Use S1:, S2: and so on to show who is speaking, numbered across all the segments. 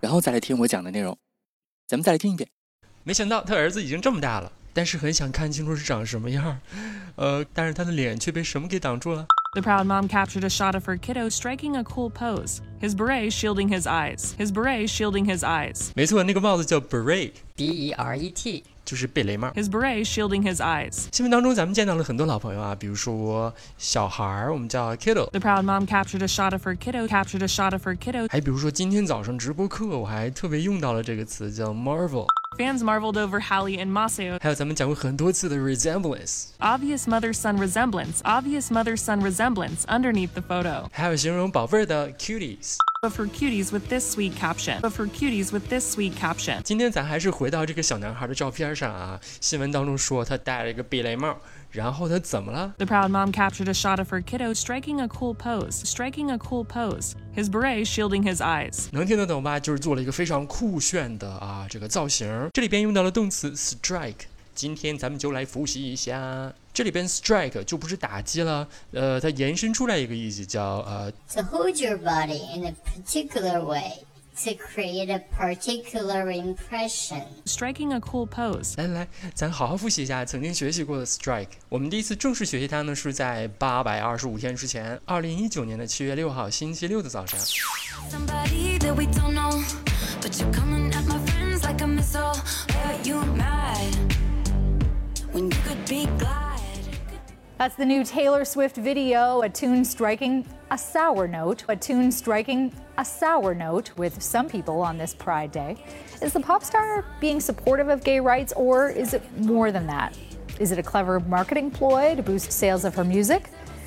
S1: 然后再来听我讲的内容。咱们再来听一遍。
S2: 没想到他儿子已经这么大了，但是很想看清楚是长什么样儿，呃，但是他的脸却被什么给挡住了？
S3: The proud mom captured a shot of her kiddo striking a cool pose, his beret shielding his eyes, his beret shielding his eyes,
S2: 没错，那个帽子叫 beret，
S4: B E R E T，
S2: 就是贝雷帽。
S3: his beret shielding his eyes.
S2: 新闻当中，咱们见到了很多老朋友啊，比如说小孩儿，我们叫 kiddo，
S3: The proud mom captured a shot of her kiddo, captured a shot of her kiddo.
S2: 还比如说今天早上直播课，我还特别用到了这个词叫 marvel，
S3: Fans marveled over Hallie and Maseo.
S2: 还有咱们讲过很多次的 resemblance，
S3: Obvious mother son resemblance, obvious mother son resemblance underneath the photo.
S2: 还有形容宝贝儿的 cuties。
S3: But for cuties with this sweet caption. But for cuties with this sweet caption.
S2: 今天咱还是回到这个小男孩的照片上啊，新闻当中说他戴了一个贝雷帽，然后他怎么了？
S3: The proud mom captured a shot of her kiddo striking a cool pose, striking a cool pose, his beret shielding his eyes.
S2: 能听得懂吧？就是做了一个非常酷炫的啊这个造型。这里边用到了动词 strike，今天咱们就来复习一下。这里边 strike 就不是打击了，呃，它延伸出来一个意思叫呃
S4: To hold your body in a particular way to create a particular impression.
S3: Striking a cool pose.
S2: 来来来，咱好好复习一下曾经学习过的 strike。我们第一次正式学习它呢，是在八百二十五天之前，二零一九年的七月六号星期六的早上。
S5: somebody that we don't know. But you're coming at my friends like a missile. Are you mad when you could be glad?
S6: That's the new Taylor Swift video, a tune striking a sour note, a tune striking a sour note with some people on this Pride Day. Is the pop star being supportive of gay rights, or is it more than that? Is it a clever marketing ploy to boost sales of her music?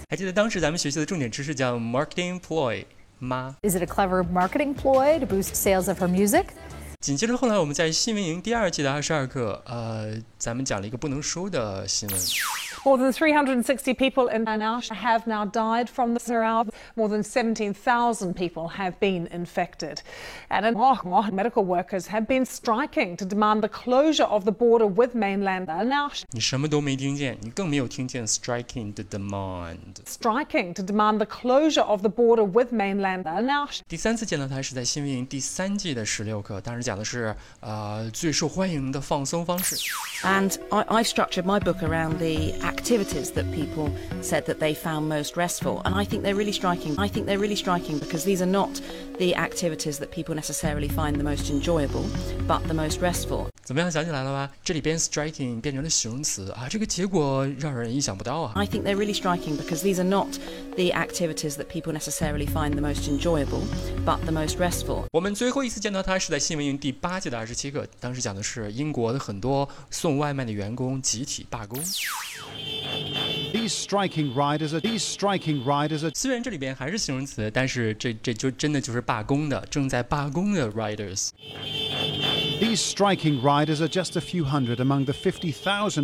S2: 还记得当时咱们学习的重点知识叫 marketing ploy 吗？
S6: Is it a clever marketing ploy to boost sales of her music?
S2: 紧接着后来我们在新闻营第二季的二十二课，呃，咱们讲了一个不能说的新闻。
S7: More than 360 people in Anash have now died from the Zaraab. More than 17,000 people have been infected. And in Hong Kong, medical workers have been striking to demand the closure of the border with mainland Anash,
S2: 你什么都没听见，你更没有听见 striking the demand。
S7: striking to demand the closure of the border with mainland Anash.
S2: 第三次见到他是在新闻营第三季的十六课，当时讲的是呃最受欢迎的放松方式。
S8: And I, I've structured my book around the activities that people said that they found most restful. And I think they're really striking. I think they're really striking because these are not the activities that people necessarily find the most enjoyable, but the most restful.
S2: 怎么样，想起来了吧？这里边 striking 变成了形容词啊，这个结果让人意想不到啊。
S8: I think they're really striking because these are not the activities that people necessarily find the most enjoyable, but the most restful.
S2: 我们最后一次见到他是在新闻营第八季的二十七课，当时讲的是英国的很多送外卖的员工集体罢工。
S9: These striking riders are these striking riders are
S2: 虽然这里边还是形容词，但是这这就真的就是罢工的，正在罢工的 riders。
S9: these striking riders are just a few hundred among the 50,000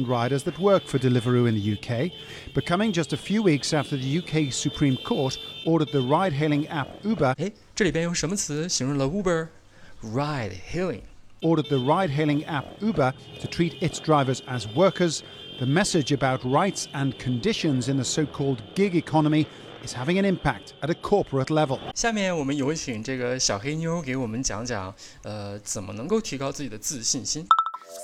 S9: riders that work for Deliveroo in the UK, but coming just a few weeks after the UK Supreme Court ordered the ride-hailing app Uber
S2: 哎，这里边用什么词形容了 Uber ride hailing？
S9: ordered the ride-hailing app Uber to treat its drivers as workers. The message about rights and conditions in the so-called gig economy is having an impact at a corporate level.
S2: 下面我们有请这个小黑妞给我们讲讲，呃，怎么能够提高自己的自信心？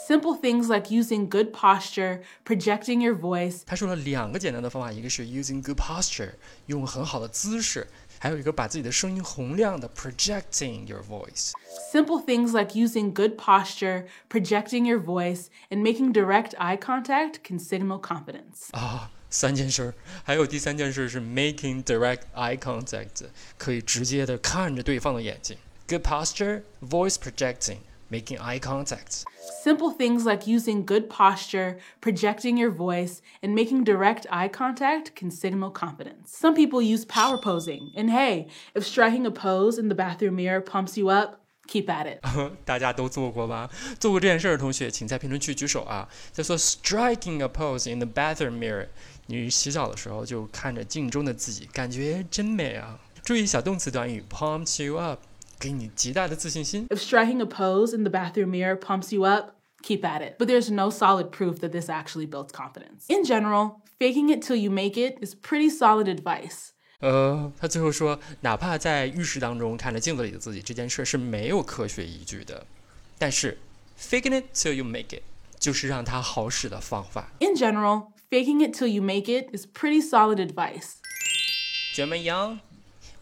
S10: Simple things like using good posture, projecting your voice,
S2: 她说了两个简单的方法，一个是 using good posture，用很好的姿势，还有一个把自己的声音洪亮的 projecting your voice。
S10: simple things like using good posture, projecting your voice, and making direct eye contact can signal confidence.
S2: 啊，三件事儿，还有第三件事是 making direct eye contact，可以直接的看着对方的眼睛。Good posture, voice projecting, making eye contact。
S10: Simple things like using good posture, projecting your voice, and making direct eye contact can signal confidence. Some people use power posing, and hey, if striking a pose in the bathroom mirror pumps you up, Keep at it.
S2: 大家都做过吧？做过这件事儿的同学，请在评论区举手啊！在说 striking a pose in the bathroom mirror，你洗澡的时候就看着镜中的自己，感觉真美啊！注意小动词短语 pumps you up，给你极大的自信心。
S10: If striking a pose in the bathroom mirror pumps you up, keep at it. But there's no solid proof that this actually builds confidence. In general, faking it till you make it is pretty solid advice.
S2: 呃，他最后说，哪怕在浴室当中看着镜子里的自己，这件事是没有科学依据的。但是，faking it till you make it 就是让它好使的方法。
S10: In general, faking it till you make it is pretty solid advice.
S2: 姐妹羊，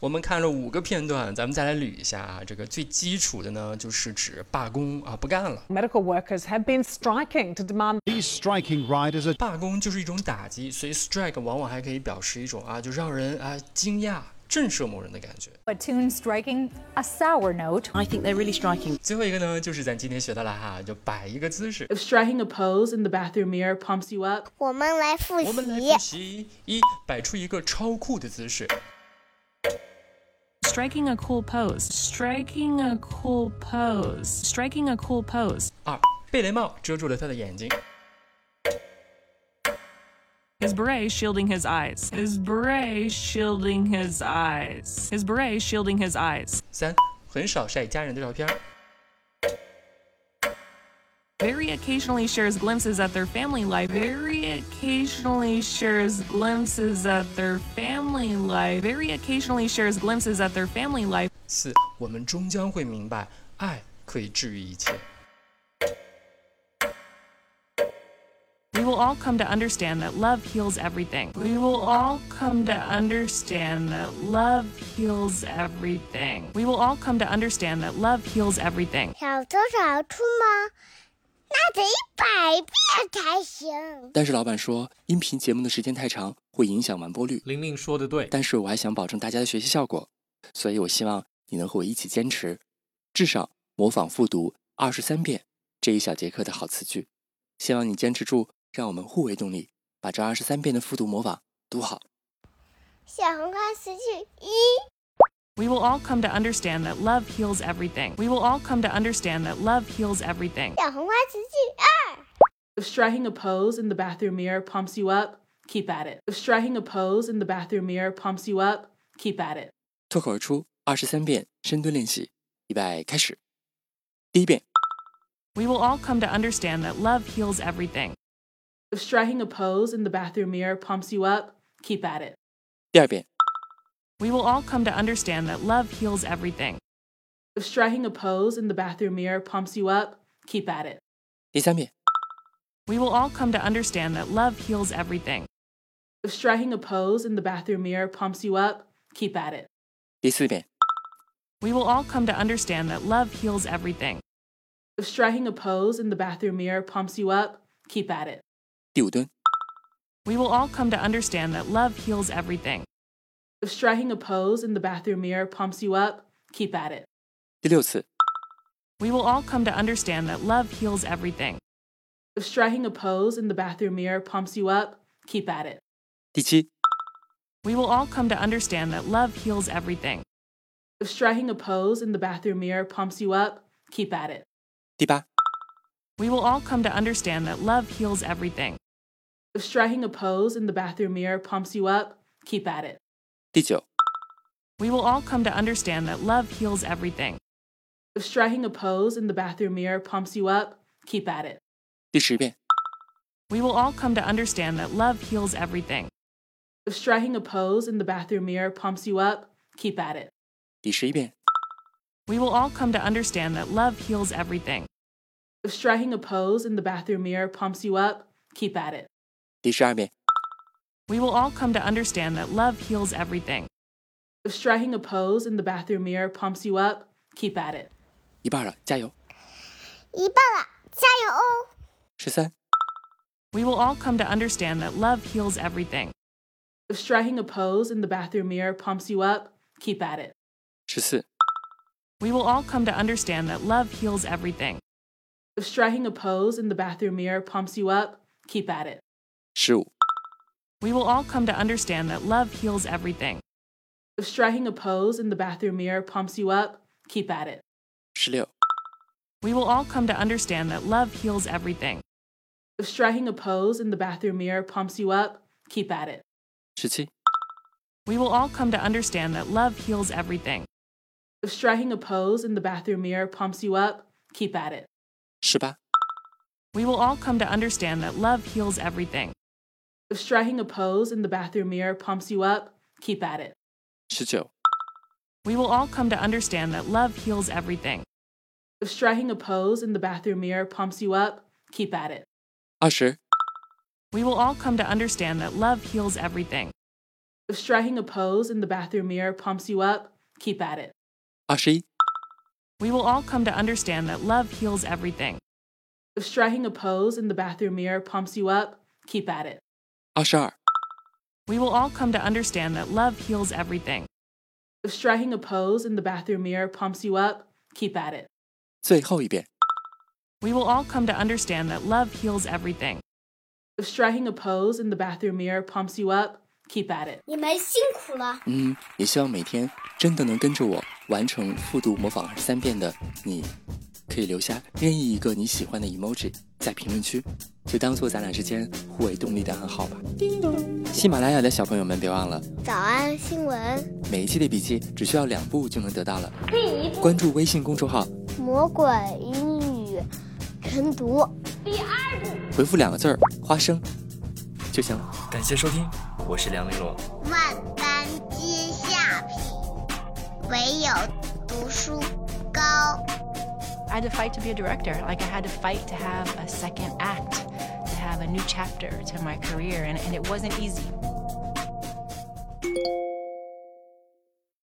S2: 我们看了五个片段，咱们再来捋一下啊。这个最基础的呢，就是指罢工啊，不干了。
S7: Medical workers have been striking to demand
S9: These striking riders are
S2: 罢工就是一种打击，所以 strike 往往还可以表示一种啊，就让人啊惊讶、震慑某人的感觉。
S6: A tune striking a sour note.
S8: I think they're really striking.
S2: 最后一个呢，就是咱今天学到了哈，就摆一个姿势。
S10: If striking a pose in the bathroom mirror pumps you up,
S11: 我们来复
S2: 我们来
S11: 习
S2: 复。习一，摆出一个超酷的姿势。
S3: Striking a cool pose. Striking a cool pose. Striking a cool pose.
S2: 二，贝雷帽遮住了他的眼睛。
S3: His beret shielding his eyes. His beret shielding his eyes. His beret shielding his eyes.
S2: 三，很少晒家人的照片。
S3: Very occasionally shares glimpses at their family life. Very occasionally shares glimpses at their family life. Very occasionally shares glimpses at their family life.
S2: 四，我们终将会明白，爱可以治愈一切。
S3: We will all come to understand that love heals everything. We will all come to understand that love heals everything. We will all come to understand that love heals everything.
S12: 少走少出吗？那得一百遍才行。
S1: 但是老板说，音频节目的时间太长，会影响完播率。
S13: 玲玲说的对，
S1: 但是我还想保证大家的学习效果，所以我希望你能和我一起坚持，至少模仿复读二十三遍这一小节课的好词句。希望你坚持住，让我们互为动力，把这二十三遍的复读模仿读好。
S12: 小红花词句一，
S3: We will all come to understand that love heals everything. We will all come to understand that love heals everything.
S12: 小红花词句二，
S10: If striking a pose in the bathroom mirror pumps you up, keep at it. If striking a pose in the bathroom mirror pumps you up, keep at it.
S1: 脱口而出二十三遍深蹲练习，预备开始。第一遍，
S3: We will all come to understand that love heals everything.
S10: If striking a pose in the bathroom mirror pumps you up, keep at it.
S1: 第二遍，
S3: We will all come to understand that love heals everything.
S10: If striking a pose in the bathroom mirror pumps you up, keep at it.
S1: 第三遍，
S3: We will all come to understand that love heals everything.
S10: If striking a pose in the bathroom mirror pumps you up, keep at it.
S1: 第四遍，
S3: We will all come to understand that love heals everything.
S10: If striking a pose in the bathroom mirror pumps you up, keep at it.
S1: 第五蹲，
S3: We will all come to understand that love heals everything.
S10: If striking a pose in the bathroom mirror pumps you up, keep at it.
S1: 第六次，
S3: We will all come to understand that love heals everything.
S10: If striking a pose in the bathroom mirror pumps you up, keep at it.
S1: 第七，
S3: We will all come to understand that love heals everything.
S10: If striking a pose in the bathroom mirror pumps you up, keep at it.
S1: 第八，
S3: We will all come to understand that love heals everything.
S10: If striking a pose in the bathroom mirror pumps you up, keep at it.
S1: 第九，
S3: We will all come to understand that love heals everything.
S10: If striking a pose in the bathroom mirror pumps you up, keep at it.
S1: 第十遍，
S3: We will all come to understand that love heals everything.
S10: If striking a pose in the bathroom mirror pumps you up, keep at it.
S1: 第十一遍，
S3: We will all come to understand that love heals everything.
S10: If striking a pose in the bathroom mirror pumps you up, keep at it.
S1: 第十二遍，
S3: We will all come to understand that love heals everything.
S10: If striking a pose in the bathroom mirror pumps you up, keep at it.
S1: 一半了，加油！
S12: 一半了，加油哦！
S1: 十三、
S3: We will all come to understand that love heals everything.
S10: If striking a pose in the bathroom mirror pumps you up, keep at it.
S1: 十四、
S3: We will all come to understand that love heals everything.
S10: If striking a pose in the bathroom mirror pumps you up, keep at it.
S1: 十五、
S3: We will all come to understand that love heals everything.
S10: If striking a pose in the bathroom mirror pumps you up, keep at it.
S1: 十六，
S3: We will all come to understand that love heals everything.
S10: If striking a pose in the bathroom mirror pumps you up, keep at it.
S1: 十七，
S3: We will all come to understand that love heals everything.
S10: If striking a pose in the bathroom mirror pumps you up, keep at it.
S1: 十八，
S3: We will all come to understand that love heals everything.
S10: If striking a pose in the bathroom mirror pumps you up, keep at it.
S1: 十九，
S3: We will all come to understand that love heals everything.
S10: If striking a pose in the bathroom mirror pumps you up, keep at it.
S1: 二十，
S3: We will all come to understand that love heals everything.
S10: If striking a pose in the bathroom mirror pumps you up, keep at it.
S1: 二十一，
S3: We will all come to understand that love heals everything.
S10: If striking a pose in the bathroom mirror pumps you up, keep at it.
S1: 二十二，
S3: We will all come to understand that love heals everything.
S10: If striking a pose in the bathroom mirror pumps you up, keep at it.
S1: 最后一遍。
S3: We will all come to understand that love heals everything.
S10: If striking a pose in the bathroom mirror pumps you up, keep at it.
S12: 你们辛苦了。
S1: 嗯，也希望每天真的能跟着我完成复读模仿二十三遍的你，可以留下任意一个你喜欢的 emoji 在评论区，就当做咱俩之间互为动力的暗号吧。
S11: 叮咚。
S1: 喜马拉雅的小朋友们别忘了，
S11: 早安新闻，
S1: 每一期的笔记只需要两步就能得到了。
S11: 第一步，
S1: 关注微信公众号，
S11: 魔鬼英语晨读。第二步，
S1: 回复两个字儿“花生”就行了。感谢收听，我是梁玲珑。
S12: 万般皆下品，唯有读书高。
S13: I had to fight to be a director. Like, I had to fight to have a second act, to have a new chapter to my career, and, and it wasn't easy.